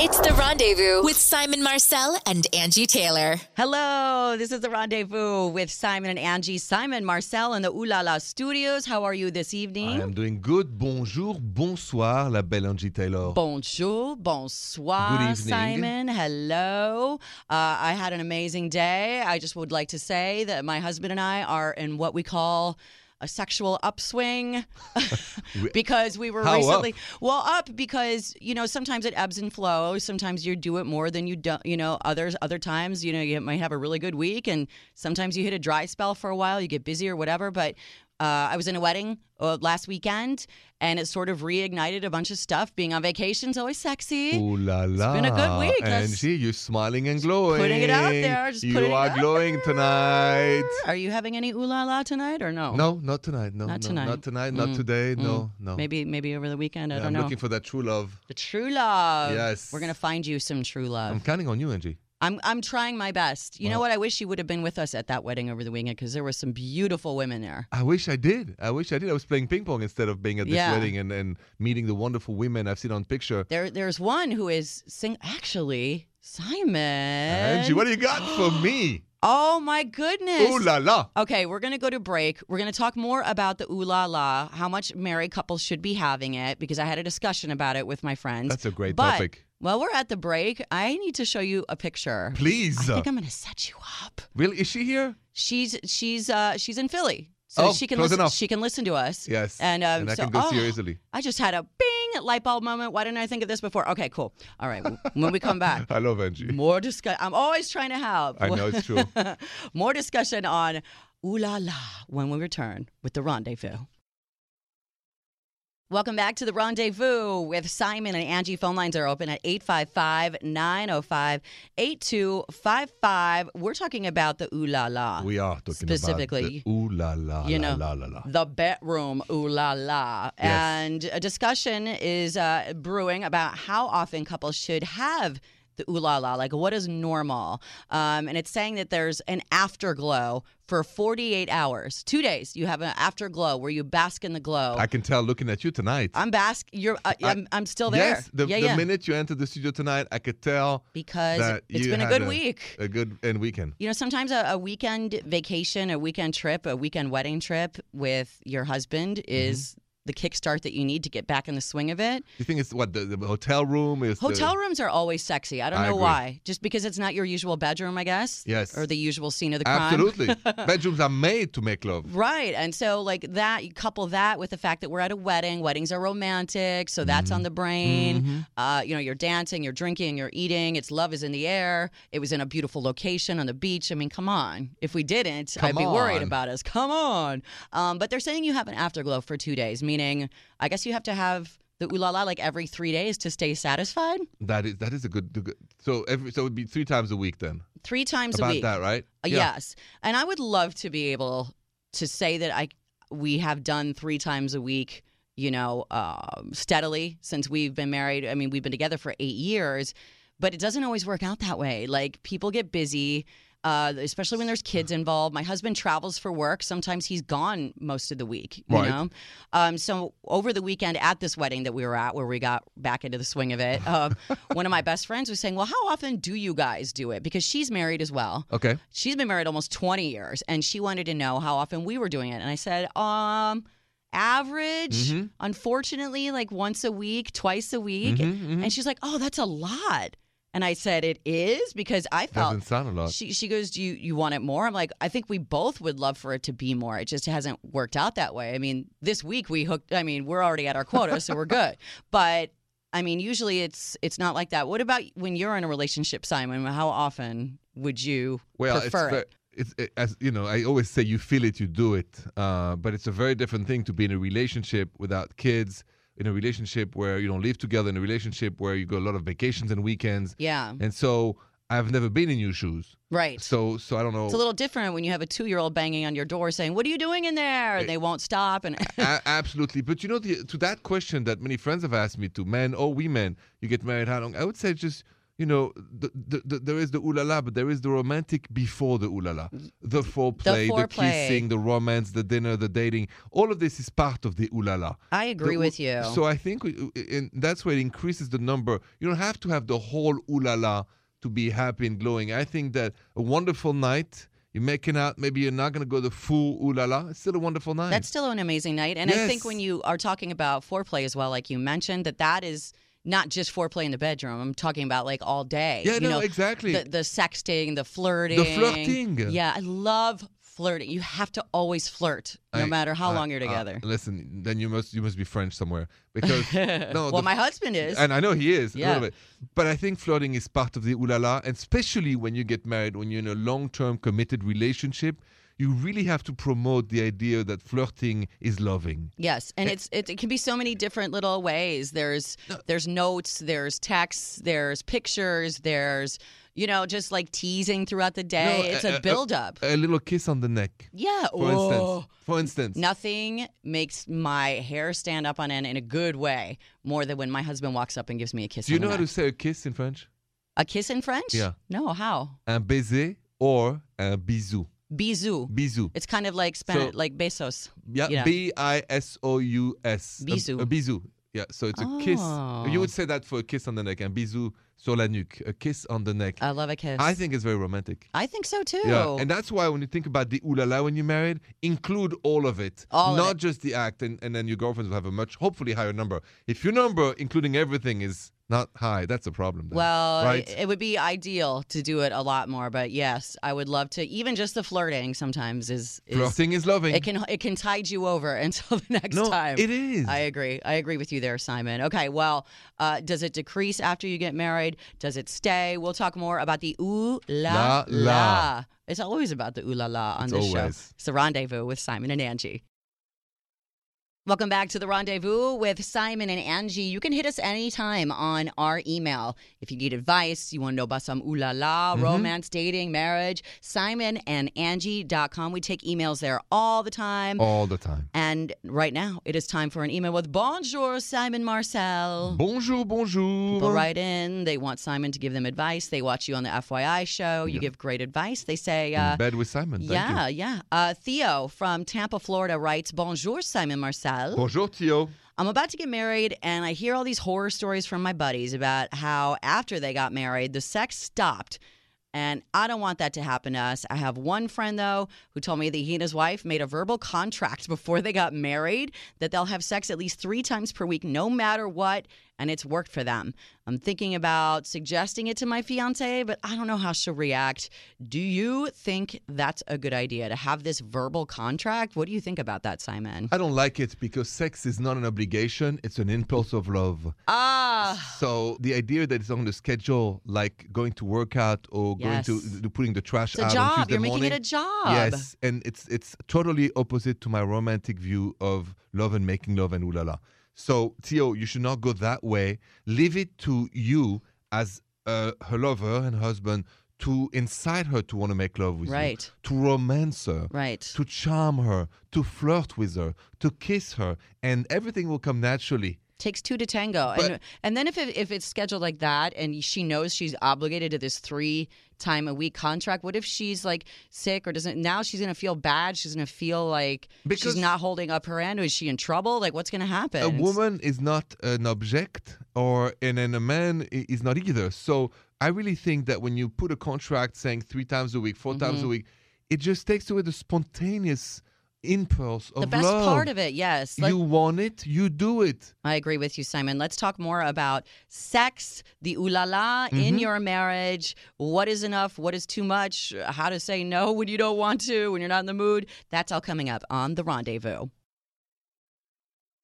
It's the rendezvous with Simon Marcel and Angie Taylor. Hello, this is the rendezvous with Simon and Angie. Simon Marcel in the Ooh La La Studios. How are you this I evening? am doing good. Bonjour, bonsoir, la belle Angie Taylor. Bonjour, bonsoir, Good evening. Simon. Hello. Uh, I had an amazing day. I just would like to say that my husband and I are in what we call a sexual upswing because we were How up? recently well up because you know sometimes it ebbs and flows sometimes you do it more than you don't you know others other times you know you might have a really good week and sometimes you hit a dry spell for a while you get busy or whatever but uh, I was in a wedding uh, last weekend, and it sort of reignited a bunch of stuff. Being on vacation is always sexy. Ooh la la. been a good week. Let's- Oh Angie, you're smiling and glowing. putting it out there, just you putting it are out glowing tonight. Are you having any ooh la la tonight or no? No, not tonight. No, Oh. Not no, tonight. Not tonight. Not Mm, today. No, no. Maybe maybe over the weekend. I Yeah, don't I'm know. looking for that true love. the true love. Yes. We're gonna find you some true I'm love. counting on you, Angie. I'm I'm trying my best. You know what? Well- I wish you would have been with us at that wedding over the weekend because there were some beautiful women there. I wish I did. I wish I did. I was playing ping pong instead of being at this Yeah. wedding and, and meeting the wonderful women I've seen on picture. There there's one who is sing actually Simon. Angie, what do you got for me? oh my goodness. Ooh la la. Okay, we're going to go to break. We're going to talk more about the ooh la la, how much married couples should be having it, because I had a discussion about it with my friends. That's a great But topic. While we're at the break, I need to show you a picture. Please. uh, I think I'm going to set you up. really? Is she here? She's she's uh she's in Philly, so Oh, she can close listen, enough. she can listen to us. Yes. And, um, I so- can go see her oh. easily. I just had a bing light bulb moment. Why didn't I think of this before? Okay, cool. All right, when we come back, I love Angie. more discuss. I'm always trying to help. I know, it's true. more discussion on ooh la la when we return with the rendezvous. Welcome back to the rendezvous with Simon and Angie. Phone lines are open at 855 905 8255. We're talking about the ooh la la. We are talking Specifically, about the ooh la la you know, la la la. la. The bedroom, ooh la la. And a discussion is uh, brewing about how often couples should have the ooh la la, like what is normal. Um, and it's saying that there's an afterglow for 48 hours, two days. You have an afterglow where you bask in the glow. I can tell looking at you tonight. I, am bask. You're. Uh, I, am I'm still there. Yes, the, yeah, the yeah. minute you entered the studio tonight, I could tell because that it's you been a had good week. a good and weekend. You know, sometimes a, a weekend vacation, a weekend trip, a weekend wedding trip with your husband Mm-hmm. is the kickstart that you need to get back in the swing of it. You think it's what the, the hotel room is. the- Hotel rooms are always sexy. I don't I know agree. why. Just because it's not your usual bedroom, I guess. Yes. Or the usual scene of the crime. absolutely. Bedrooms are made to make love. Right. And so, like that, you couple that with the fact that we're at a wedding. Weddings are romantic. So that's Mm-hmm. on the brain. Uh, you know, you're dancing, you're drinking, you're eating. It's love is in the air. It was in a beautiful location on the beach. I mean, come on. If we didn't, I'd Come be worried on. about us. Come on. Um, but they're saying you have an afterglow for two days, meaning I guess you have to have the ooh la la like every three days to stay satisfied. That is that is a good. the good- So every so it'd be three times a week then. Three times About a week. that, right? Uh, Yes. And I would love to be able to say that I we have done three times a week, you know, um, steadily since we've been married. I mean, we've been together for eight years, but it doesn't always work out that way. Like people get busy. Uh, especially when there's kids involved. My husband travels for work. Sometimes he's gone most of the week, you Right. know? Um, so over the weekend at this wedding that we were at, where we got back into the swing of it, um, one of my best friends was saying, well, how often do you guys do it? Because she's married as well Okay. she's been married almost 20 years and she wanted to know how often we were doing it and i said um average Mhm. unfortunately like once a week twice a week Mhm, mhm. and she's like oh that's a lot and i said it is because i felt Doesn't sound a lot. she, she goes do you, you want it more i'm like i think we both would love for it to be more it just hasn't worked out that way i mean this week we hooked i mean we're already at our quota so we're good but i mean usually it's it's not like that what about when you're in a relationship simon how often would you well, prefer it's ve- it It's it, as you know, I always say you feel it, you do it. Uh, but it's a very different thing to be in a relationship without kids, in a relationship where you don't live together, in a relationship where you go a lot of vacations and weekends. Yeah, And so I've never been in your shoes, right. so so I don't know. it's a little different when you have a two-year-old banging on your door saying, "What are you doing in there?" and they won't stop. And A- absolutely, but you know, the, to that question that many friends have asked me to, men or women, you get married how long? I would say just you know, the, the, the, there is the ooh la la, but there is the romantic before the ooh la la. The foreplay, the, foreplay. kissing, the romance, the dinner, the dating. All of this is part of the ooh la la. I agree The- with you. So I think we, and that's where it increases the number. You don't have to have the whole ooh la la to be happy and glowing. I think that a wonderful night, you're making out, maybe you're not going to go the full ooh la la. It's still a wonderful night. That's still an amazing night. And I think Yes. when you are talking about foreplay as well, like you mentioned, that that is not just foreplay in the bedroom. I'm talking about like all day. yeah, you no, know, exactly. the, the sexting, the flirting. flirting. Yeah, I love flirting. You have to always flirt, no I- matter how I- long you're I- together. listen, then you must you must be French somewhere because no, well, the- my husband is. And I know he is a Yeah. little bit. But I think flirting is part of the ooh la la, and especially when you get married, when you're in a long term committed relationship, you really have to promote the idea that flirting is loving. Yes, and it's it, it can be so many different little ways. There's there's notes, there's texts, there's pictures, there's you know just like teasing throughout the day. No, it's uh, a uh, build up. A little kiss on the neck, yeah. for oh. instance. For instance. Nothing makes my hair stand up on end in a good way more than when my husband walks up and gives me a kiss. do you on the know how to neck. say a kiss in French? a kiss in French? Yeah. No, how? Un baiser or un bisou. Bisou. Bisou. It's kind of like Spanish, So- like besos. Yeah, Yeah. B I S O U S. A- Bisou. A bisou. Yeah, so it's a kiss. You Oh. would say that for a kiss on the neck, un bisou sur la nuque, a kiss on the neck. I love a kiss. I think it's very romantic. I think so too. Yeah, and that's why when you think about the ooh la la when you're married, include all of it, All of not it. just the act, and, and then your girlfriends will have a much, hopefully, higher number. If your number, including everything, is not high, that's a problem. Then, Well, right? it, it would be ideal to do it a lot more, but yes, I would love to. Even just the flirting sometimes is, is Flirting is loving. it can it can tide you over until the next no, time. it is. I agree. I agree with you there, Simon. Okay, well, uh, does it decrease after you get married? Does it stay? We'll talk more about the ooh la La la. la. It's always about the ooh la la on It's this show. always. It's the rendezvous with Simon and Angie. Welcome back to the rendezvous with Simon and Angie. You can hit us anytime on our email. If you need advice, you want to know about some ooh la la, Mhm. romance, dating, marriage, Simon and Angie.com. We take emails there all the time. all the time. And right now, it is time for an email with Bonjour, Simon Marcel. Bonjour, bonjour. People write in. They want Simon to give them advice. They watch you on the FYI show. You Yeah. give great advice. They say, In uh, bed with Simon. Thank yeah, You. yeah. Uh, Theo from Tampa, Florida writes, Bonjour, Simon Marcel. Bonjour, Tio. I'm about to get married, and I hear all these horror stories from my buddies about how after they got married, the sex stopped. And I don't want that to happen to us. I have one friend, though, who told me that he and his wife made a verbal contract before they got married that they'll have sex at least three times per week, no matter what. And it's worked for them. I'm thinking about suggesting it to my fiance, but I don't know how she'll react. Do you think that's a good idea to have this verbal contract? What do you think about that, Simon? I don't like it because sex is not an obligation, it's an impulse of love. Ah. So the idea that it's on the schedule, like going to workout or going Yes. to th- putting the trash It's a out on job. Um, Tuesday You're making morning. it a job. Yes, and it's it's totally opposite to my romantic view of love and making love and ooh la la. So Theo, you should not go that way. Leave it to you as uh, her lover and husband to incite her to want to make love with Right. you, to romance her, Right. to charm her, to flirt with her, to kiss her, and everything will come naturally. Takes two to tango. and But- and then if it, if it's scheduled like that and she knows she's obligated to this three time a week contract, what if she's like sick or doesn't now she's gonna feel bad, she's gonna feel like Because- she's not holding up her end, is she in trouble? Like what's gonna happen? a It's- woman is not an object or and then a man i- is not either so i really think that when you put a contract saying three times a week 4 times Mm-hmm. a week it just takes away the spontaneous impulse of the best love part of it, yes. Let- you want it you do it I agree with you, Simon. Let's talk more about sex, the ooh la la in your marriage. What is enough? What is too much? How to say no when you don't want to, when you're not in the mood. That's all coming up on The Rendezvous.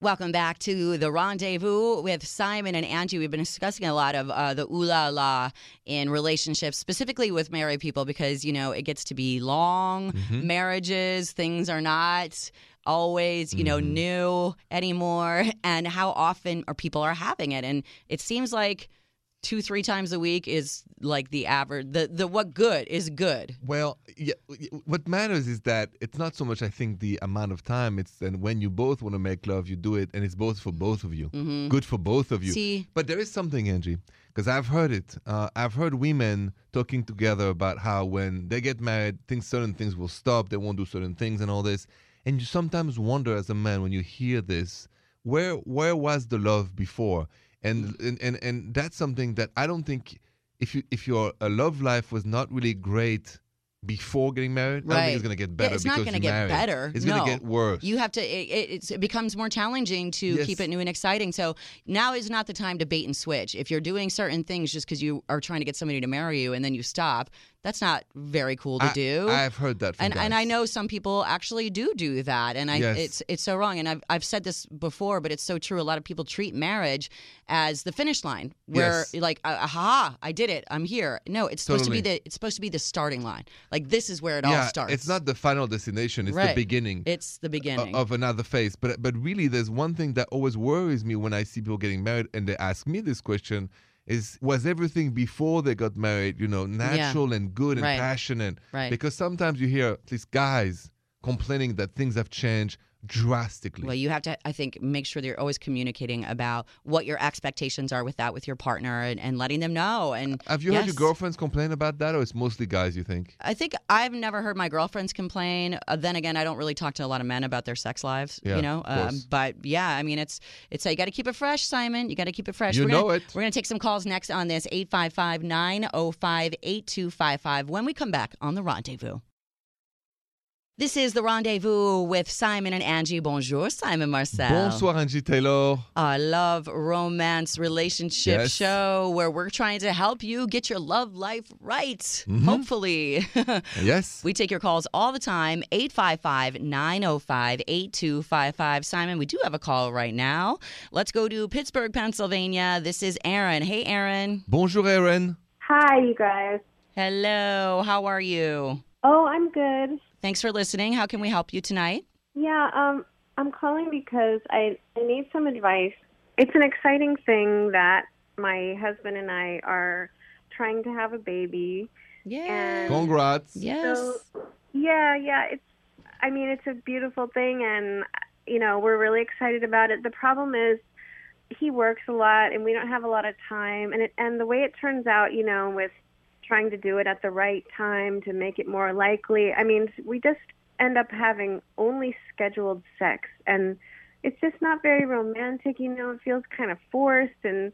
Welcome back to The Rendezvous with Simon and Angie. We've been discussing a lot of uh, the ooh la la in relationships, specifically with married people, because, you know, it gets to be long Mm-hmm. marriages, things are not always you know Mm-hmm. new anymore and how often are people are having it and it seems like two three times a week is like the average the the what good is good well yeah, what matters is that it's not so much i think the amount of time it's and when you both want to make love you do it and it's both for both of you good for both of you see But there is something, Angie, 'cause because I've heard it. Uh, I've heard women talking together about how when they get married, things certain things will stop. They won't do certain things and all this. And you sometimes wonder, as a man, when you hear this, where where was the love before? And Mm. and and, and that's something that I don't think if you if your uh, love life was not really great before getting married, I don't Right. think it's gonna get Yeah, better. it's not because gonna you get married. better, It's gonna no. get worse. You have to. It, it, it's- it becomes more challenging to Yes. keep it new and exciting. So now is not the time to bait and switch. If you're doing certain things just because you are trying to get somebody to marry you and then you stop, that's not very cool to I- do. I've heard that. From and and I guys. know some people actually do do that, and I Yes. it's it's so wrong. And I've I've said this before, but it's so true. A lot of people treat marriage as the finish line, where Yes. you're like, ah, aha, I did it, I'm here. No, it's supposed to be Totally. the it's supposed to be the starting line. Like this is where it all yeah, starts. it's not the final destination. It's the Right. beginning. It's the o- beginning. of another phase. But but really, there's one thing that always worries me when I see people getting married and they ask me this question: Is was everything before they got married, you know, natural and good and Right. passionate? Right. Because sometimes you hear at least guys complaining that things have changed drastically. Well, you have to, I think, make sure that you're always communicating about what your expectations are with that with your partner and, and letting them know. And have you heard your yes. girlfriends complain about that, or it's mostly guys? You think? I think I've never heard my girlfriends complain. Uh, then again, I don't really talk to a lot of men about their sex lives, Yeah, you know. um, of course. but yeah, I mean, it's it's uh, you got to keep it fresh, Simon. You got to keep it fresh. You we're gonna, know it. We're gonna take some calls next on this 855-905-8255 when we come back on the rendezvous. This is the rendezvous with Simon and Angie. Bonjour, Simon Marcel. Bonsoir, Angie Taylor. our love romance relationship Yes. show where we're trying to help you get your love life right Mm-hmm. hopefully Yes. we take your calls all the time 855-905-8255 simon we do have a call right now let's go to pittsburgh pennsylvania this is aaron hey aaron Bonjour, Aaron. Hi, you guys. hello how are you Oh, I'm good. thanks for listening how can we help you tonight Yeah, um, I'm calling because I, I need some advice. It's an exciting thing that my husband and I are trying to have a baby. yeah Congrats. yes So, yeah, yeah, it's I mean, it's a beautiful thing and you know, we're really excited about it. The problem is he works a lot and we don't have a lot of time and it, and the way it turns out, you know, with trying to do it at the right time to make it more likely. I mean, we just end up having only scheduled sex and it's just not very romantic, you know, it feels kind of forced and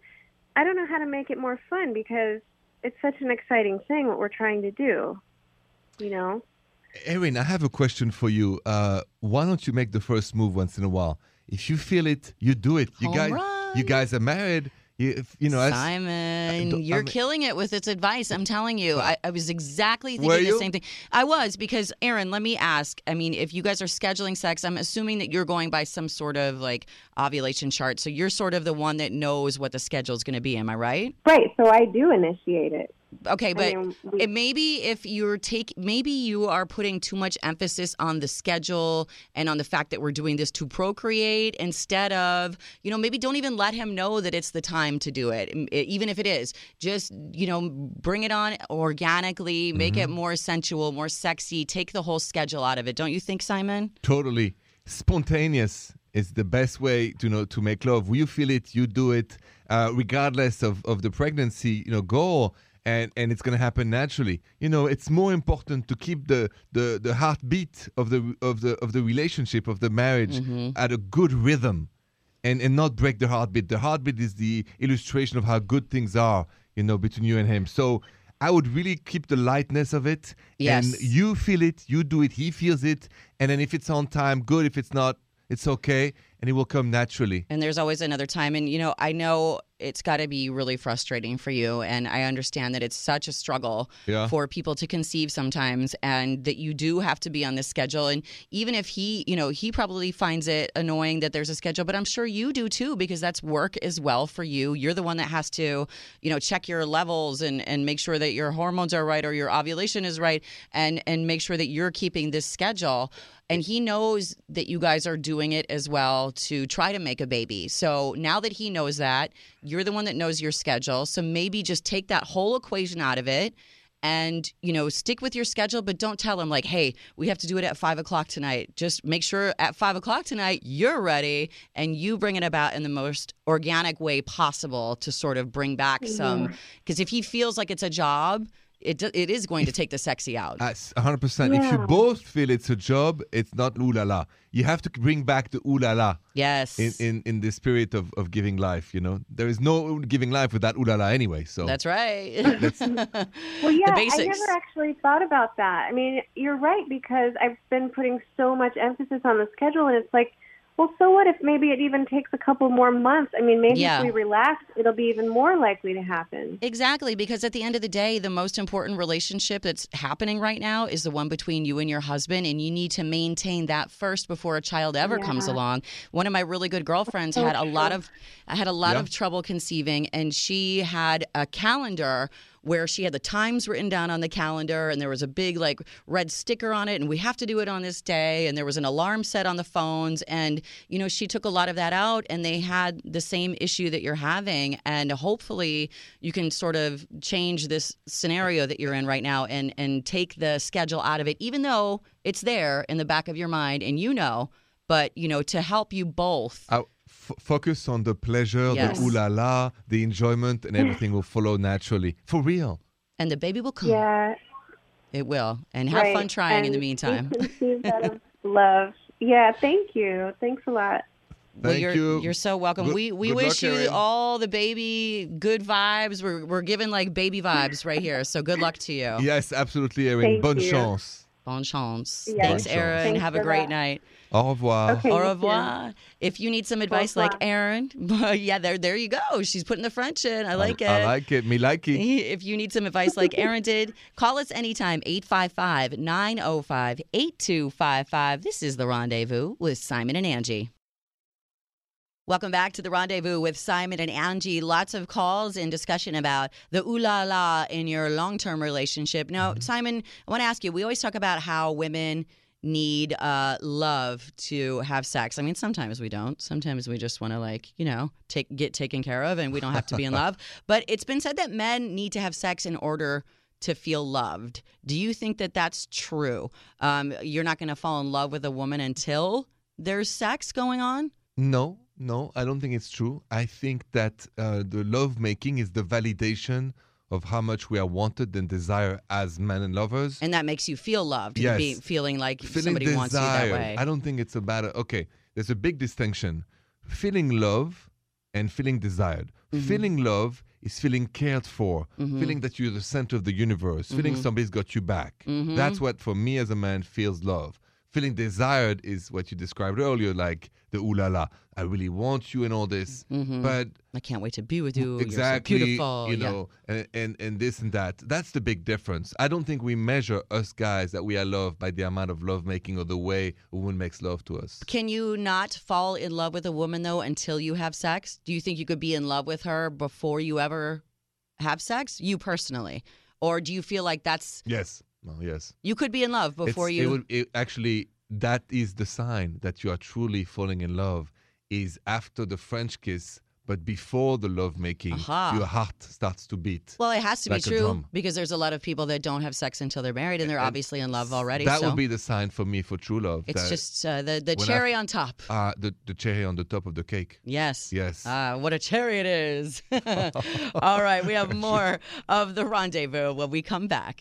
I don't know how to make it more fun because it's such an exciting thing what we're trying to do you know Erin, I have a question for you. Uh, why don't you make the first move once in a while? If you feel it, you do it. You Home guys, run. you guys are married. You, if, you know, as- Simon, don't- I you're mean- killing it with its advice. I'm telling you, I, I was exactly Were thinking you? the same thing. I was because Aaron, let me ask. I mean, if you guys are scheduling sex, I'm assuming that you're going by some sort of like ovulation chart. So you're sort of the one that knows what the schedule's going to be. Am I right? right so i do initiate it Okay, but. I mean, we, it- maybe if you're take maybe you are putting too much emphasis on the schedule and on the fact that we're doing this to procreate instead of you know maybe don't even let him know that it's the time to do it m- e, even if it is just you know bring it on organically make it more sensual more sexy take the whole schedule out of it don't you think simon totally spontaneous is the best way to know to make love. You feel it, you do it, uh, regardless of, of the pregnancy, you know, goal, and and it's gonna happen naturally. You know, it's more important to keep the the the heartbeat of the of the of the relationship of the marriage at a good rhythm. and and not break the heartbeat. The heartbeat is the illustration of how good things are, you know, between you and him. So I would really keep the lightness of it. And Yes. you feel it, you do it, he feels it, and then if it's on time, good. If it's not, it's okay, and it will come naturally. And there's always another time. And, you know, I know it's got to be really frustrating for you. And I understand that it's such a struggle Yeah. for people to conceive sometimes and that you do have to be on this schedule. And even if he, you know, he probably finds it annoying that there's a schedule, but I'm sure you do too, because that's work as well for you. You're the one that has to, you know, check your levels and, and make sure that your hormones are right or your ovulation is right and, and make sure that you're keeping this schedule and he knows that you guys are doing it as well to try to make a baby. So now that he knows that, you're the one that knows your schedule. So maybe just take that whole equation out of it and you know stick with your schedule but don't tell them like hey we have to do it at five o'clock tonight just make sure at five o'clock tonight you're ready and you bring it about in the most organic way possible to sort of bring back some because if he feels like it's a job it, do- it is going to take the sexy out That's 100%. If you Yeah. both feel it's a job, it's not ooh la la. You have to bring back the ooh la la yes in, in, in the spirit of, of giving life, you know? There is no giving life without ooh la la anyway, so. that's right Well, yeah, the I basics never actually thought about that. I mean, you're right because I've been putting so much emphasis on the schedule, and it's like, well, so what if maybe it even takes a couple more months? I mean, maybe Yeah. if we relax, it'll be even more likely to happen. Exactly, because at the end of the day, the most important relationship that's happening right now is the one between you and your husband, and you need to maintain that first before a child ever comes Yeah. along. One of my really good girlfriends So had a lot true. of I had a lot Yeah. of trouble conceiving, and she had a calendar where she had the times written down on the calendar, and there was a big like red sticker on it, and we have to do it on this day, and there was an alarm set on the phones, and you know she took a lot of that out, and they had the same issue that you're having, and hopefully you can sort of change this scenario that you're in right now, and and take the schedule out of it, even though it's there in the back of your mind, and you know. But you know, to help you both, I- f- focus on the pleasure, Yes. the ooh la la, the enjoyment, and everything will follow naturally. For real. and the baby will come. Yeah. It will. And Hmm. have right. fun trying in the And we meantime. conceive that of love. Yeah, thank you. Thanks a lot. Well, Thank you're, you. are so welcome. Good- we we good wish luck, you Erin. all the baby good vibes. We're, we're giving like baby vibes right here. So good luck to you. Yes, absolutely, Erin. Thank Bonne you. chance. Bon chance. Yes. Thanks, Bon chance. Erin. Thanks Have a for great that. night. Au revoir. Okay. Au you too. revoir. If you need some advice like revoir. Erin, yeah, there there you go. She's putting the French in. I like it. I like it. Me like it. if you need some advice like Aaron did, call us anytime, 855 905 8255. This is The Rendezvous with Simon and Angie. Welcome back to The Rendezvous with Simon and Angie. Lots of calls and discussion about the ooh la la in your long term relationship. Now, Simon, I want to ask you we always talk about how women need uh, love to have sex. I mean, sometimes we don't. Sometimes we just want to, like, you know, take get taken care of and we don't have to be in love. But it's been said that men need to have sex in order to feel loved. Do you think that that's true? Um, you're not going to fall in love with a woman until there's sex going on? No, no, I don't think it's true. I think that uh, the love making is the validation of how much we are wanted and desired as men and lovers. And that makes you feel loved. Yes. Be, feeling like Feeling somebody desired. wants you that way. I don't think it's a matter. Okay, there's a big distinction: feeling love and feeling desired. Mm-hmm. Feeling love is feeling cared for, feeling that you're the center of the universe, Mm-hmm. feeling somebody's got you back. That's what, for me as a man, feels love. Feeling desired is what you described earlier, like the ooh la la. I really want you and all this, Mm-hmm. but I can't wait to be with you. You're so exactly beautiful. you Yeah. know and, and and this and that that's the big difference i don't think we measure us guys that we are loved by the amount of love making or the way a woman makes love to us Can you not fall in love with a woman though until you have sex? Do you think you could be in love with her before you ever have sex? You personally, or do you feel like that's yes well yes you could be in love before It's- you? it would, it, actually that is the sign that you are truly falling in love is after the french kiss but before the love making Aha. your heart starts to beat well, it has to be like a true drum. because there's a lot of people that don't have sex until they're married and they're obviously in love already. that so would be the sign for me for true love it's that- just uh, the the when I- cherry on top. uh, the, the cherry on the top of the cake Yes. yes Ah, what a cherry it is. All right, we have more of the rendezvous when we come back.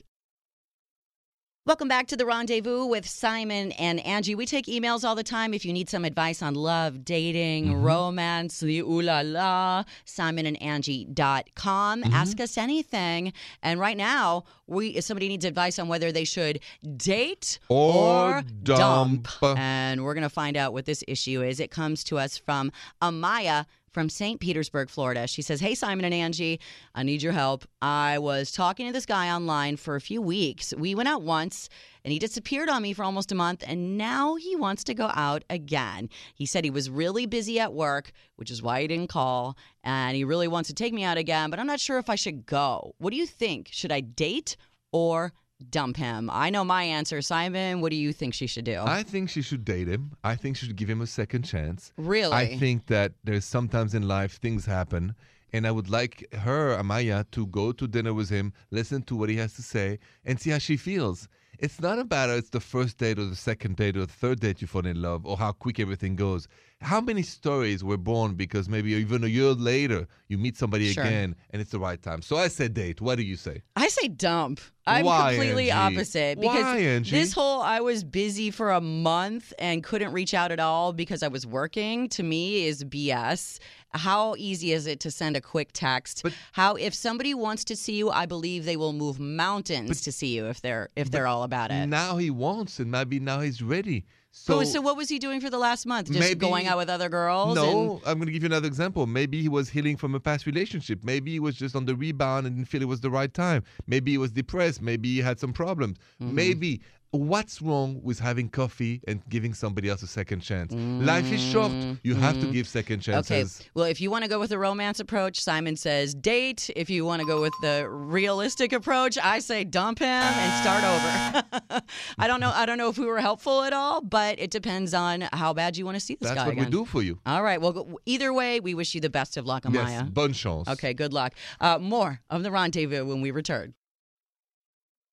Welcome back to the rendezvous with Simon and Angie. We take emails all the time if you need some advice on love, dating, Mm-hmm. romance, the ooh la la, simonandangie.com. Mm-hmm. Ask us anything. And right now, we if somebody needs advice on whether they should date Or or dump. and we're going to find out what this issue is. It comes to us from Amaya from St. Petersburg, Florida. She says, Hey, Simon and Angie, I need your help. I was talking to this guy online for a few weeks. We went out once and he disappeared on me for almost a month, and now he wants to go out again. He said he was really busy at work, which is why he didn't call, and he really wants to take me out again, but I'm not sure if I should go. What do you think? Should I date or dump him? I know my answer. Simon, what do you think she should do? I think she should date him. I think she should give him a second chance. Really? I think that there's sometimes in life things happen, And I would like her, Amaya, to go to dinner with him, listen to what he has to say, and see how she feels. It's not about oh, it's the first date or the second date or the third date you fall in love or how quick everything goes. How many stories were born because maybe even a year later you meet somebody Sure. again and it's the right time. So I said date. What do you say? I say dump. I'm Why, completely Angie? opposite because Why, Angie? this whole I was busy for a month and couldn't reach out at all because I was working to me is BS. How easy is it to send a quick text? But- How if somebody wants to see you, I believe they will move mountains to see you if they're if they're all about it. Now he wants and maybe now he's ready. so, so what was he doing for the last month? Just Maybe- going out with other girls? No, and- I'm going to give you another example. Maybe he was healing from a past relationship. Maybe he was just on the rebound and didn't feel it was the right time. Maybe he was depressed. Maybe he had some problems. Mm-hmm. Maybe. What's wrong with having coffee and giving somebody else a second chance? Life is short. You have to give second Mm-hmm. Okay. chances. Well, if you want to go with the romance approach, Simon says date. If you want to go with the realistic approach, I say dump him and start over. I don't know. I don't know if we were helpful at all, but it depends on how bad you want to see this That's guy what again. we do for you. All right. Well, go- either way, we wish you the best of luck, Amaya. Yes, bon chance. Okay, good luck. Uh, more of the rendezvous when we return.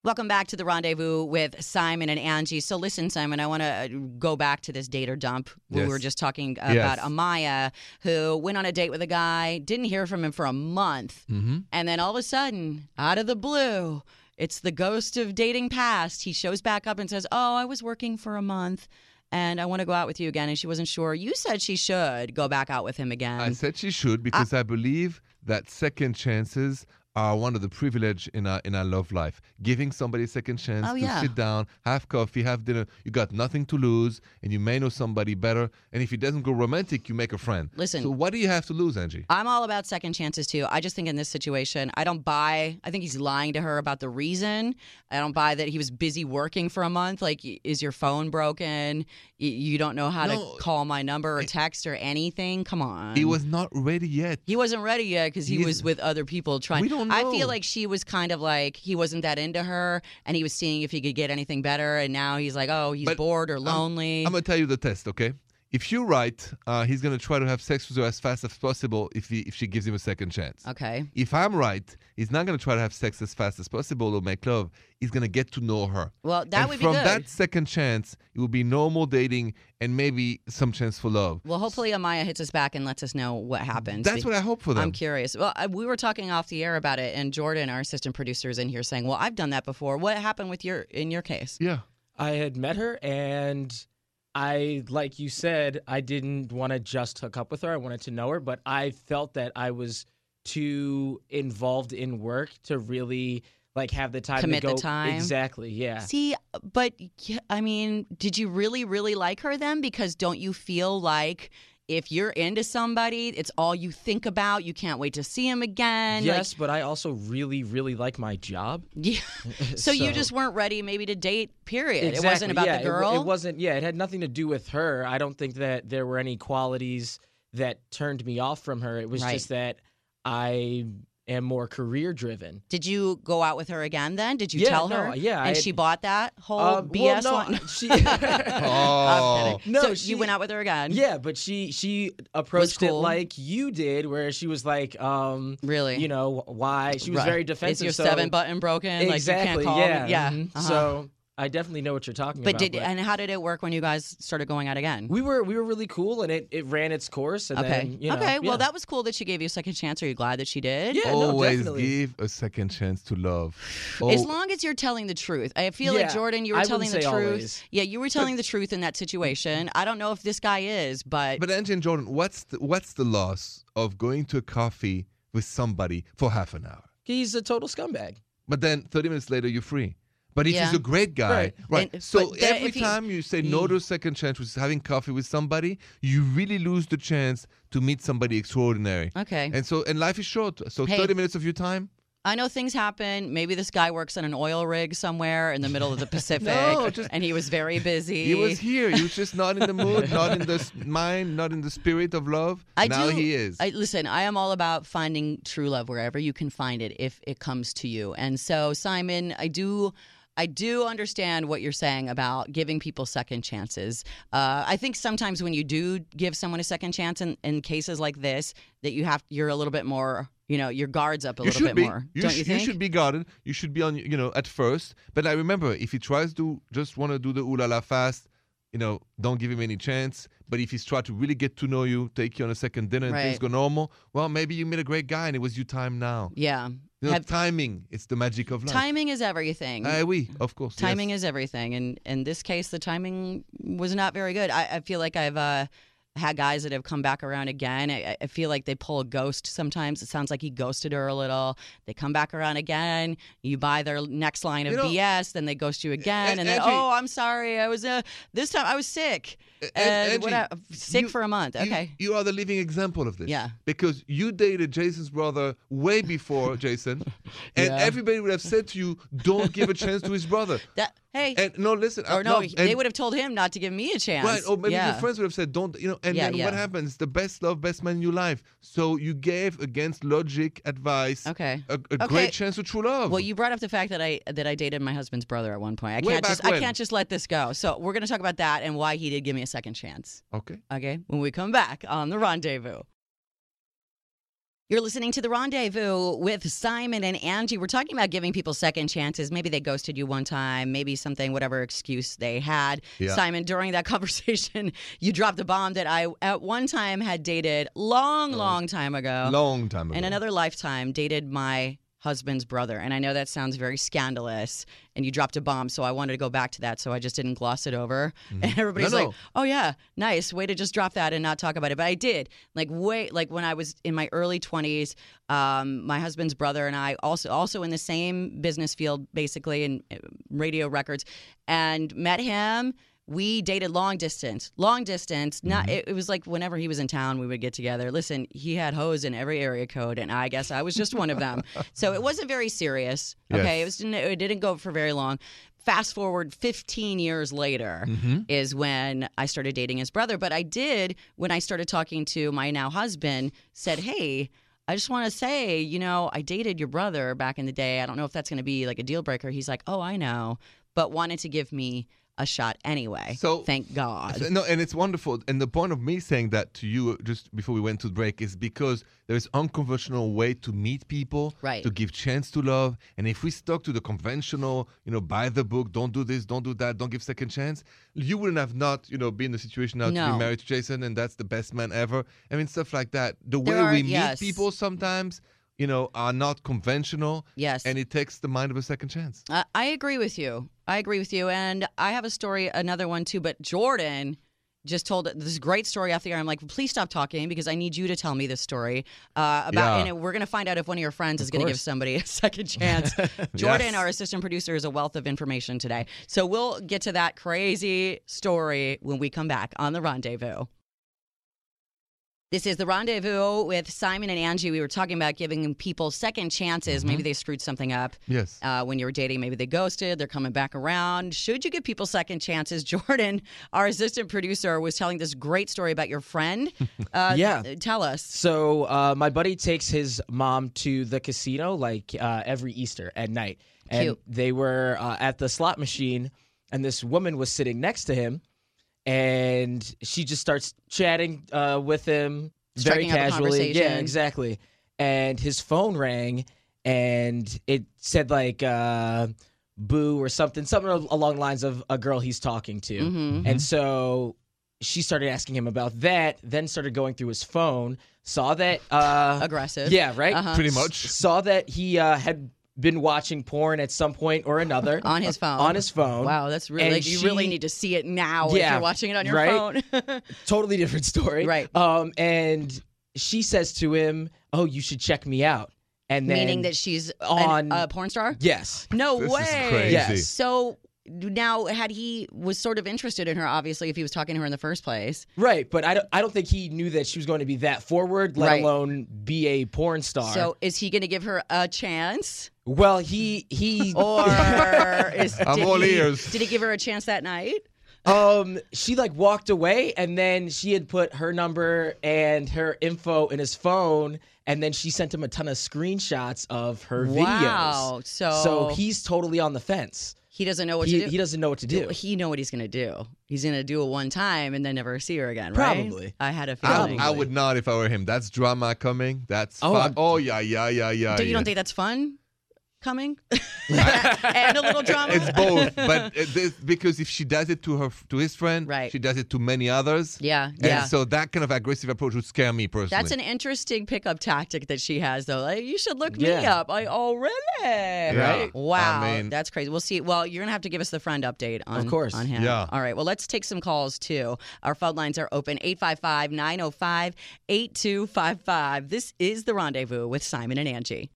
Welcome back to the rendezvous with Simon and Angie. So, listen, Simon, I want to go back to this date or dump. We Yes. were just talking about Yes. Amaya, who went on a date with a guy, didn't hear from him for a month, Mm-hmm. and then all of a sudden, out of the blue, it's the ghost of dating past. He shows back up and says, Oh, I was working for a month and I want to go out with you again. And she wasn't sure. You said she should go back out with him again. I said she Ah. should because I, believe that second chances are one of the privilege in our in our love life. Giving somebody a second chance Oh, to yeah. sit down, have coffee, have dinner. You got nothing to lose, and you may know somebody better. And if it doesn't go romantic, you make a friend. Listen. So what do you have to lose, Angie? I'm all about second chances too. I just think in this situation, I don't buy. I think he's lying to her about the reason. I don't buy that he was busy working for a month. Like, y- is your phone broken? Y- You don't know how No. Eh. to call my number or text or anything. Come on. He was not ready yet. He wasn't ready yet because he He was is- with other people trying. We don't I feel know. like she was kind of like he wasn't that into her, and he was seeing if he could get anything better. And now he's like, oh, he's But bored or lonely. I'm gonna tell you the test, okay? If you're right, uh, he's gonna try to have sex with her as fast as possible if he, if she gives him a second chance. okay. If I'm right, he's not gonna try to have sex as fast as possible or make love. He's gonna get to know her. Well, that and would be from good. that second chance, it will be normal dating and maybe some chance for love. well, hopefully Amaya hits us back and lets us know what happens. That's what I hope for them. I'm curious. Well, I, we were talking off the air about it, and Jordan, our assistant producer, is in here saying, "Well, I've done that before. What happened with your in your case?" yeah. I had met her and I like you said I didn't want to just hook up with her. I wanted to know her, but I felt that I was too involved in work to really like have the time Commit to the go time. exactly. Yeah. See, but y- I mean, did you really, really like her then? Because don't you feel like if you're into somebody, it's all you think about. You can't wait to see him again. Like, yes, but I also really really like my job. yeah. so, you just weren't ready, maybe to date. Period. Exactly, It wasn't about yeah, the it wa- girl. It, wasn't. Yeah, it had nothing to do with her. I don't think that there were any qualities that turned me off from her. It was Right. just that I am more career driven. Did you go out with her again then? Did you Yeah, tell no, her? yeah, I And had- she bought that whole Uh, well, BS no, line? she- I'm Oh. kidding. No, so she- you went out with her again? Yeah, but she she approached cool. it like you did, where she was like, um, Really? you know, why she was Right. very Is defensive. your so- seven button broken? Like Exactly. you can't call yeah. me. Yeah. mhm. uh-huh. So I definitely know what you're talking but about. did and how did it work when you guys started going out again? we were we were really cool, and it, it ran its course. And okay. Then, you know, okay. Well, yeah. that was cool that she gave you a second chance. Are you glad that she did? Yeah, no, Always definitely. give a second chance to love. Oh, As long as you're telling the truth. I feel like Yeah, Jordan, you were I telling wouldn't the say truth. always. Yeah, you were telling the truth in that situation. I don't know if this guy is, but, but Angie and Jordan, what's the, what's the loss of going to a coffee with somebody for half an hour? he's a total scumbag. But then 30 minutes later, you're free. But if Yeah. he's a great guy, Right. right? And- so but there- every if he- time you say no to a second chance, which is having coffee with somebody, you really lose the chance to meet somebody extraordinary. okay. And so, and life is short. So Hey. 30 minutes of your time, I know things happen. Maybe this guy works on an oil rig somewhere in the middle of the Pacific, No, just- and he was very busy. He was here. He was just not in the mood, not in the s- mind, not in the spirit of love. I now do, he is. I, listen, I am all about finding true love wherever you can find it if it comes to you. And so, Simon, I do I do understand what you're saying about giving people second chances. Uh, I think sometimes when you do give someone a second chance in, in cases like this, that you have you're a little bit more, you know, your guards up a you little should bit be. more. You, don't sh- you think? should be guarded. You should be on, you know, at first. But I remember if he tries to just want to do the ooh la la fast, you know, don't give him any chance. But if he's tried to really get to know you, take you on a second dinner and things Right. go normal, well, maybe you met a great guy and it was your time now. yeah. You know, Have- timing, it's the magic of life. Timing is everything. Ah, oui, of course. timing is everything and in this case the timing was not very good i, I feel like i've uh, had guys that have come back around again I, I feel like they pull a ghost sometimes it sounds like he ghosted her a little they come back around again you buy their next line of You know- bs then they ghost you again and, then Angie- oh i'm sorry i was uh, this time i was sick Yes. and, An- what Angie, I- sick you- for a month you- okay You, are the living example of this. Yeah. Because you dated Jason's brother way before Jason, and Yeah. everybody would have said to you, don't give a chance to his brother. that hey And no, listen. uh, or no, and- they would have told him not to give me a chance Right, or maybe yeah. your friends would have said, "Don't," you know. And Yeah, then what yeah. happens? The best love, best man in your life. So you gave against logic advice. okay A, a Okay. great chance to true love. Well, you brought up the fact that I that I dated my husband's brother at one point. I Oh. Way can't back just I when. can't just let this go. So we're gonna talk about that and why he did give me a second chance. okay. Okay, when we come back on the rendezvous. You're listening to The Rendezvous with Simon and Angie. We're talking about giving people second chances. Maybe they ghosted you one time, maybe something, whatever excuse they had. Yeah. Simon, during that conversation, you dropped a bomb that I, at one time, had dated long, Oh. long time ago. Long time ago. In another lifetime, dated my husband's brother. And I know that sounds very scandalous and you dropped a bomb. So I wanted to go back to that. So I just didn't gloss it over. And everybody's Mm-hmm. No, like, no. oh, yeah, nice. Way to just drop that and not talk about it. But I did. Like, way, like when I was in my early 20s, um, my husband's brother and I also, also in the same business field, basically, in uh, radio records, and met him. We dated long distance, long distance. Not it, it was like whenever he was in town, we would get together. Listen, he had hoes in every area code, and I guess I was just one of them. So it wasn't very serious. Okay, Yes. it was didn't, it didn't go for very long. Fast forward 15 years later Mm-hmm. is when I started dating his brother. But I did when I started talking to my now husband. Said, hey. I just want to say, you know, I dated your brother back in the day. I don't know if that's going to be like a deal breaker. He's like, oh, I know, but wanted to give me a shot anyway. So- thank God. So- No, and it's wonderful. And the point of me saying that to you uh, just before we went to break is because there is unconventional way to meet people, Right. to give chance to love. And if we stuck to the conventional, you know, buy the book, don't do this, don't do that, don't give second chance, you wouldn't have not, you know, been in the situation now to No. be married to Jason and that's the best man ever. I mean, stuff like that. The There way are- we meet yes. people sometimes, you know, are not conventional. Yes. And it takes the mind of a second chance. I, I agree with you. I agree with you. And I have a story, another one too, but Jordan just told this great story off the air. I'm like, please stop talking because I need you to tell me this story uh, about, Yeah. and we're going to find out if one of your friends is going to give course. somebody a second chance. Jordan, our assistant producer, is a wealth of information today. So we'll get to that crazy story when we come back on The Rendezvous. This is the rendezvous with Simon and Angie. We were talking about giving people second chances. Maybe they screwed something up Yes. uh, when you were dating. Maybe they ghosted, they're coming back around. Should you give people second chances? Jordan, our assistant producer, was telling this great story about your friend. Uh, Yeah. Tell us. So uh, my buddy takes his mom to the casino like uh, every Easter at night, and Cute. they were uh, at the slot machine, and this woman was sitting next to him, and she just starts chatting uh, with him Striking very up a casually. Yeah, conversation. exactly. And his phone rang, and it said like uh, "boo" or something, something along the lines of a girl he's talking to. Mm-hmm. Mhm. And so she started asking him about that, then started going through his phone, saw that uh Aggressive. yeah, right? Uh-huh. Pretty much. S- saw that he uh, had been watching porn at some point or another On his phone. Uh, on his phone. Oh. Wow, that's really And like, you really she- need to see it now if Yeah, you're watching it on your right? phone. Totally different story. Right. Um and she says to him, "Oh, you should check me out." And then Meaning that she's an- on- a porn star? yes. No This is way. crazy. Yes. So now had he was sort of interested in her obviously if he was talking to her in the first place Right, but I don't I don't think he knew that she was going to be that forward, let Right. alone be a porn star. so is he going to give her a chance well, he he or is, I'm did all he- ears. Did he give her a chance that night? Um, she like walked away, and then she had put her number and her info in his phone, and then she sent him a ton of screenshots of her Wow. videos. So, so he's totally on the fence. he doesn't know what he, to do. he doesn't know what to do. He know what he's gonna do. He's gonna do it one time and then never see her again. Right? Probably. I had a I, feeling. I would not if I were him. That's drama coming. That's Oh, oh, I'm- oh yeah, yeah, yeah, yeah. Do you yeah. don't think that's fun? Coming and a little drama. It's both, but it- this, because if she does it to her to his friend, Right. she does it to many others. yeah, And yeah. so that kind of aggressive approach would scare me personally. That's an interesting pickup tactic that she has, though. Like, you should look me Yeah. up. I oh really? Right. Wow, I mean- that's crazy. We'll see. Well, you're gonna have to give us the friend update on Of course. on him. Yeah. All right. Well, let's take some calls too. Our phone lines are open 855-905-8255. This is the Rendezvous with Simon and Angie.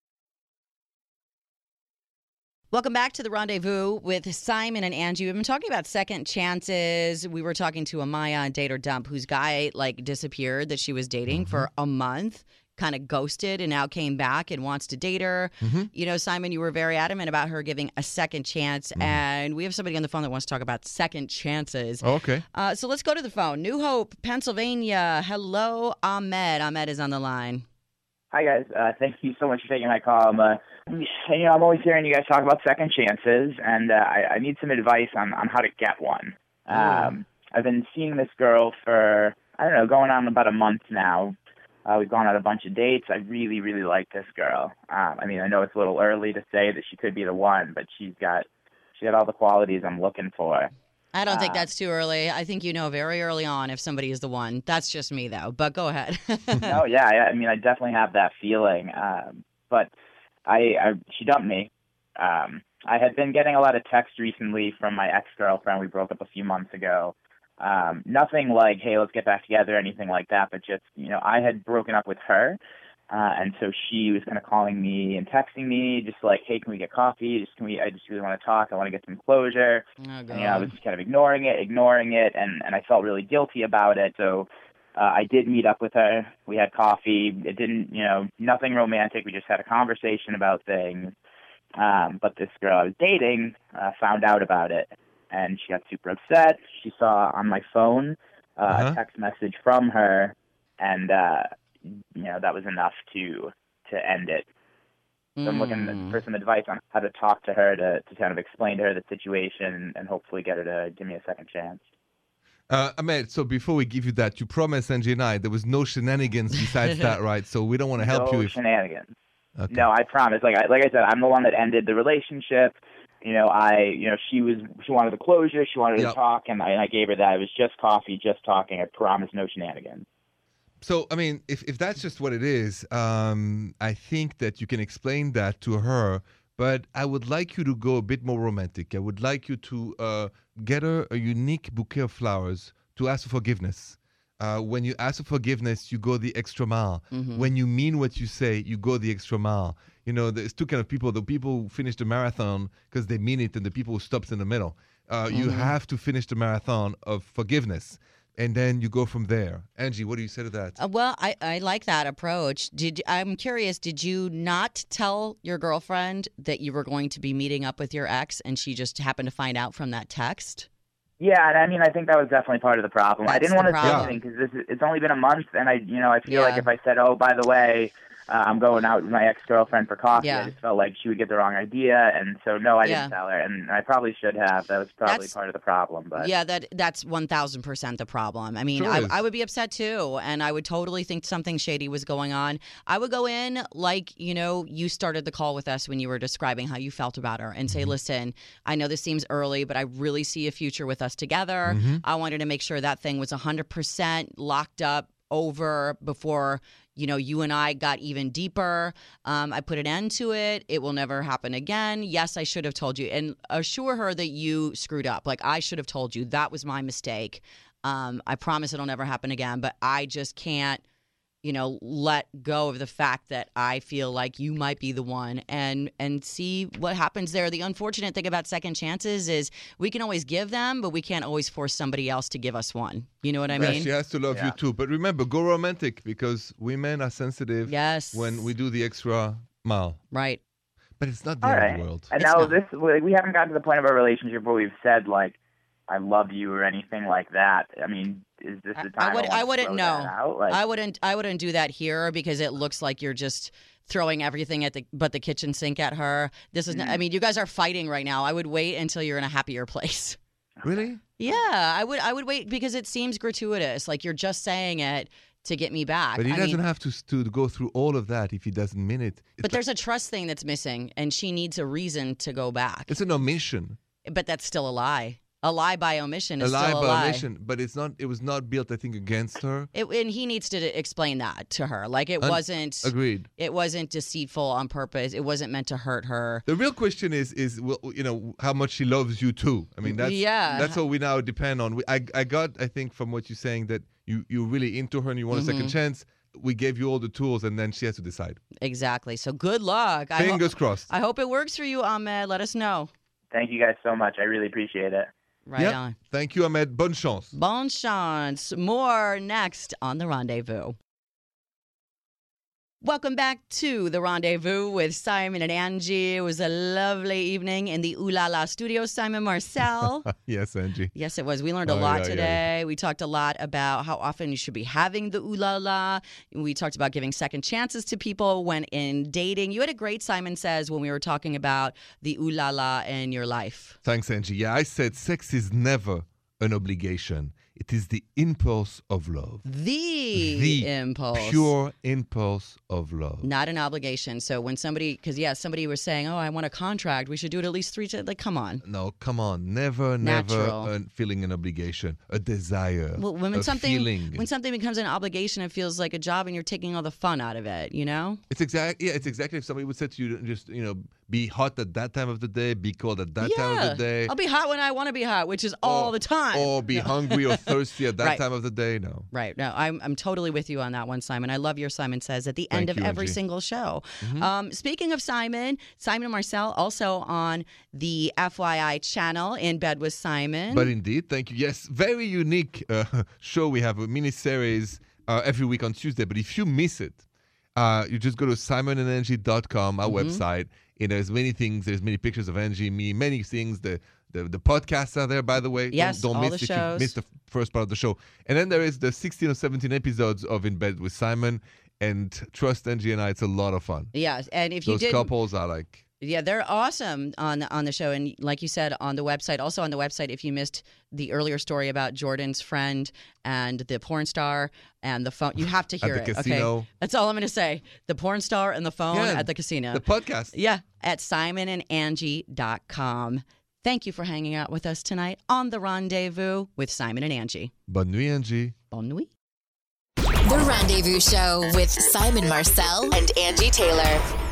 Welcome back to the rendezvous with Simon and Angie. We've been talking about second chances. We were talking to Amaya on Date or Dump, whose guy like disappeared that she was dating for a month, kind of ghosted, and now came back and wants to date her. Mhm. You know, Simon, you were very adamant about her giving a second chance, and we have somebody on the phone that wants to talk about second chances. Oh, okay. Uh, so let's go to the phone. New Hope, Pennsylvania. Hello, Ahmed. Ahmed is on the line. Hi guys, uh, thank you so much for taking my call. I'm, uh, you know, I'm always hearing you guys talk about second chances, and uh, I, I need some advice on on how to get one. Um, I've been seeing this girl for I don't know, going on about a month now. Uh, we've gone on a bunch of dates. I really, really like this girl. Um, I mean, I know it's a little early to say that she could be the one, but she's got she got all the qualities I'm looking for. I don't think Uh, that's too early. I think you know very early on if somebody is the one. That's just me though. But go ahead. oh yeah, yeah. I mean, I definitely have that feeling. Um, but I, I, she dumped me. Um, I had been getting a lot of texts recently from my ex girlfriend. We broke up a few months ago. Um, nothing like, hey, let's get back together, or anything like that. But just, you know, I had broken up with her, uh, and so she was kind of calling me and texting me, just like, hey, can we get coffee? Just can we? I just really want to talk. I want to get some closure. Oh, And, you know, I God. was just kind of ignoring it, ignoring it, and and I felt really guilty about it. So uh, I did meet up with her. We had coffee. It didn't, you know, nothing romantic. We just had a conversation about things. Um, but this girl I was dating uh, found out about it, and she got super upset. She saw on my phone uh, Uh-huh. a text message from her, and uh, you know that was enough to to end it. So I'm looking Hmm. Mm. for some advice on how to talk to her to, to kind of explain to her the situation and hopefully get her to give me a second chance. Uh, Ahmed, so before we give you that, you promised Angie and I there was no shenanigans besides that, right? So we don't want to help no you. If, shenanigans. Okay. No, I promise. Like I like I said, I'm the one that ended the relationship. You know, I you know she was she wanted the closure, she wanted Yep. to talk, and I, and I gave her that. It was just coffee, just talking. I promise, no shenanigans. so, I mean, if, if that's just what it is, um, I think that you can explain that to her. But I would like you to go a bit more romantic. I would like you to uh, get her a unique bouquet of flowers to ask for forgiveness. Uh, when you ask for forgiveness, you go the extra mile. When you mean what you say, you go the extra mile. You know, there's two kind of people: the people who finish the marathon because they mean it, and the people who stops in the middle. Uh, You have to finish the marathon of forgiveness, and then you go from there. Angie, what do you say to that? Uh, well, I, I like that approach. Did I'm curious? Did you not tell your girlfriend that you were going to be meeting up with your ex, and she just happened to find out from that text? Yeah, and I mean, I think that was definitely part of the problem. I That's didn't the want to say problem. anything because it's only been a month, and I, you know, I feel Yeah. like if I said, "Oh, by the way, uh, I'm going out with my ex girlfriend for coffee," Yeah. I just felt like she would get the wrong idea, and so no, I Yeah. didn't tell her, and I probably should have. That was probably That's- part of the problem, but yeah, that that's one thousand percent the problem. I mean, Sure I, is. I would be upset too, and I would totally think something shady was going on. I would go in like you know you started the call with us when you were describing how you felt about her, and say, Mm-hmm. "Listen, I know this seems early, but I really see a future with us together. Mhm. I wanted to make sure that thing was hundred percent locked up." over before you know you and i got even deeper um, i put an end to it it will never happen again yes i should have told you and assure her that you screwed up like i should have told you that was my mistake um, i promise it'll never happen again but i just can't you know let go of the fact that i feel like you might be the one and and see what happens there the unfortunate thing about second chances is we can always give them but we can't always force somebody else to give us one you know what i Yeah, mean she has to love you Yeah. too. But remember, go romantic because women are sensitive yes when we do the extra mile. right But it's not the all end of right. the world. And It's now not. this, like, we haven't gotten to the point of our relationship where we've said like, "I love you" or anything like that. I mean, is this I- the I time? would- wanna I wouldn't throw know. that out? Like, I wouldn't I wouldn't do that here because it looks like you're just throwing everything at the but the kitchen sink at her. This is not, I mean, you guys are fighting right now. I would wait until you're in a happier place. Really? Yeah, I would I would wait because it seems gratuitous. Like you're just saying it to get me back. But he I doesn't mean, have to s- to go through all of that if he doesn't mean it. It's but like- there's a trust thing that's missing and she needs a reason to go back. it's an omission, But that's still a lie. A lie by omission a is lie still a by lie. omission. But it's not. It was not built, I think, against her. It, and he needs to explain that to her. Like it Un- wasn't Agreed. it wasn't deceitful on purpose. It wasn't meant to hurt her. The real question is, is well, you know, how much she loves you too. I mean, that's Yeah. that's what we now depend on. We, I I got, I think, from what you're saying that you you're really into her and you want a Mm-hmm. second chance. We gave you all the tools, and then she has to decide. Exactly. So good luck. I, ho- Fingers crossed. I hope it works for you, Ahmed. Let us know. Thank you guys so much. I really appreciate it. Right Yep. on. Thank you, Ahmed. Bonne chance. Bon chance. More next on The Rendezvous. Welcome back to The Rendezvous with Simon and Angie. It was a lovely evening in the Ooh La La studio. Simon Marcel. yes, Angie. Yes, it was. We learned a Oh, lot yeah, yeah, today. We talked a lot about how often you should be having the ooh la la. We talked about giving second chances to people when in dating. You had a great Simon Says when we were talking about the ooh la la in your life. Thanks, Angie. Yeah, I said sex is never an obligation. It is the impulse of love. The, The impulse. Pure impulse of love. Not an obligation. So when somebody, because yeah, somebody was saying, oh, I want a contract. We should do it at least three times. Like, come on. No, come on. Never, never Natural. an, feeling an obligation, a desire, Well, when a something feeling. when something becomes an obligation, it feels like a job, and you're taking all the fun out of it. You know. it's exact. Yeah, it's exactly. If somebody would say to you, just you know, be hot at that time of the day, be cold at that time of the day, Oh, I'll be hot when I want to be hot, which is all the time. or be hungry or thirsty at that Right. time of the day. No. Right. No, I'm, I'm totally with you on that one, Simon. I love your Simon Says at the Thank end of you, every Angie. Mm-hmm. single show. Um, speaking of Simon, Simon and Marcel also on the FYI channel in bed with Simon. But indeed, thank you. Yes, very unique uh, show. We have a mini series uh, every week on Tuesday. But if you miss it, uh, you just go to simonandangie.com, Mm-hmm. our website. And there's many things. There's many pictures of Angie, me, many things. The the, the podcasts are there, by the way. Don't- Yes, don't, all miss the if you shows. missed the f- first part of the show. And then there is the 16 or 17 episodes of In Bed with Simon. And trust Angie and I, it's a lot of fun. yeah, and if you Those did, couples are like yeah, they're awesome on the, on the show, and like you said, on the website. Also on the website, if you missed the earlier story about Jordan's friend and the porn star and the phone, you have to hear at the it. casino. Okay, that's all I'm going to say. The porn star and the phone Yeah, at the casino. The podcast. Yeah, at simonandangie.com. Thank you for hanging out with us tonight on The Rendezvous with Simon and Angie. Bonne nuit, Angie. Bon nuit. The Rendezvous Show with Simon Marcel and Angie Taylor.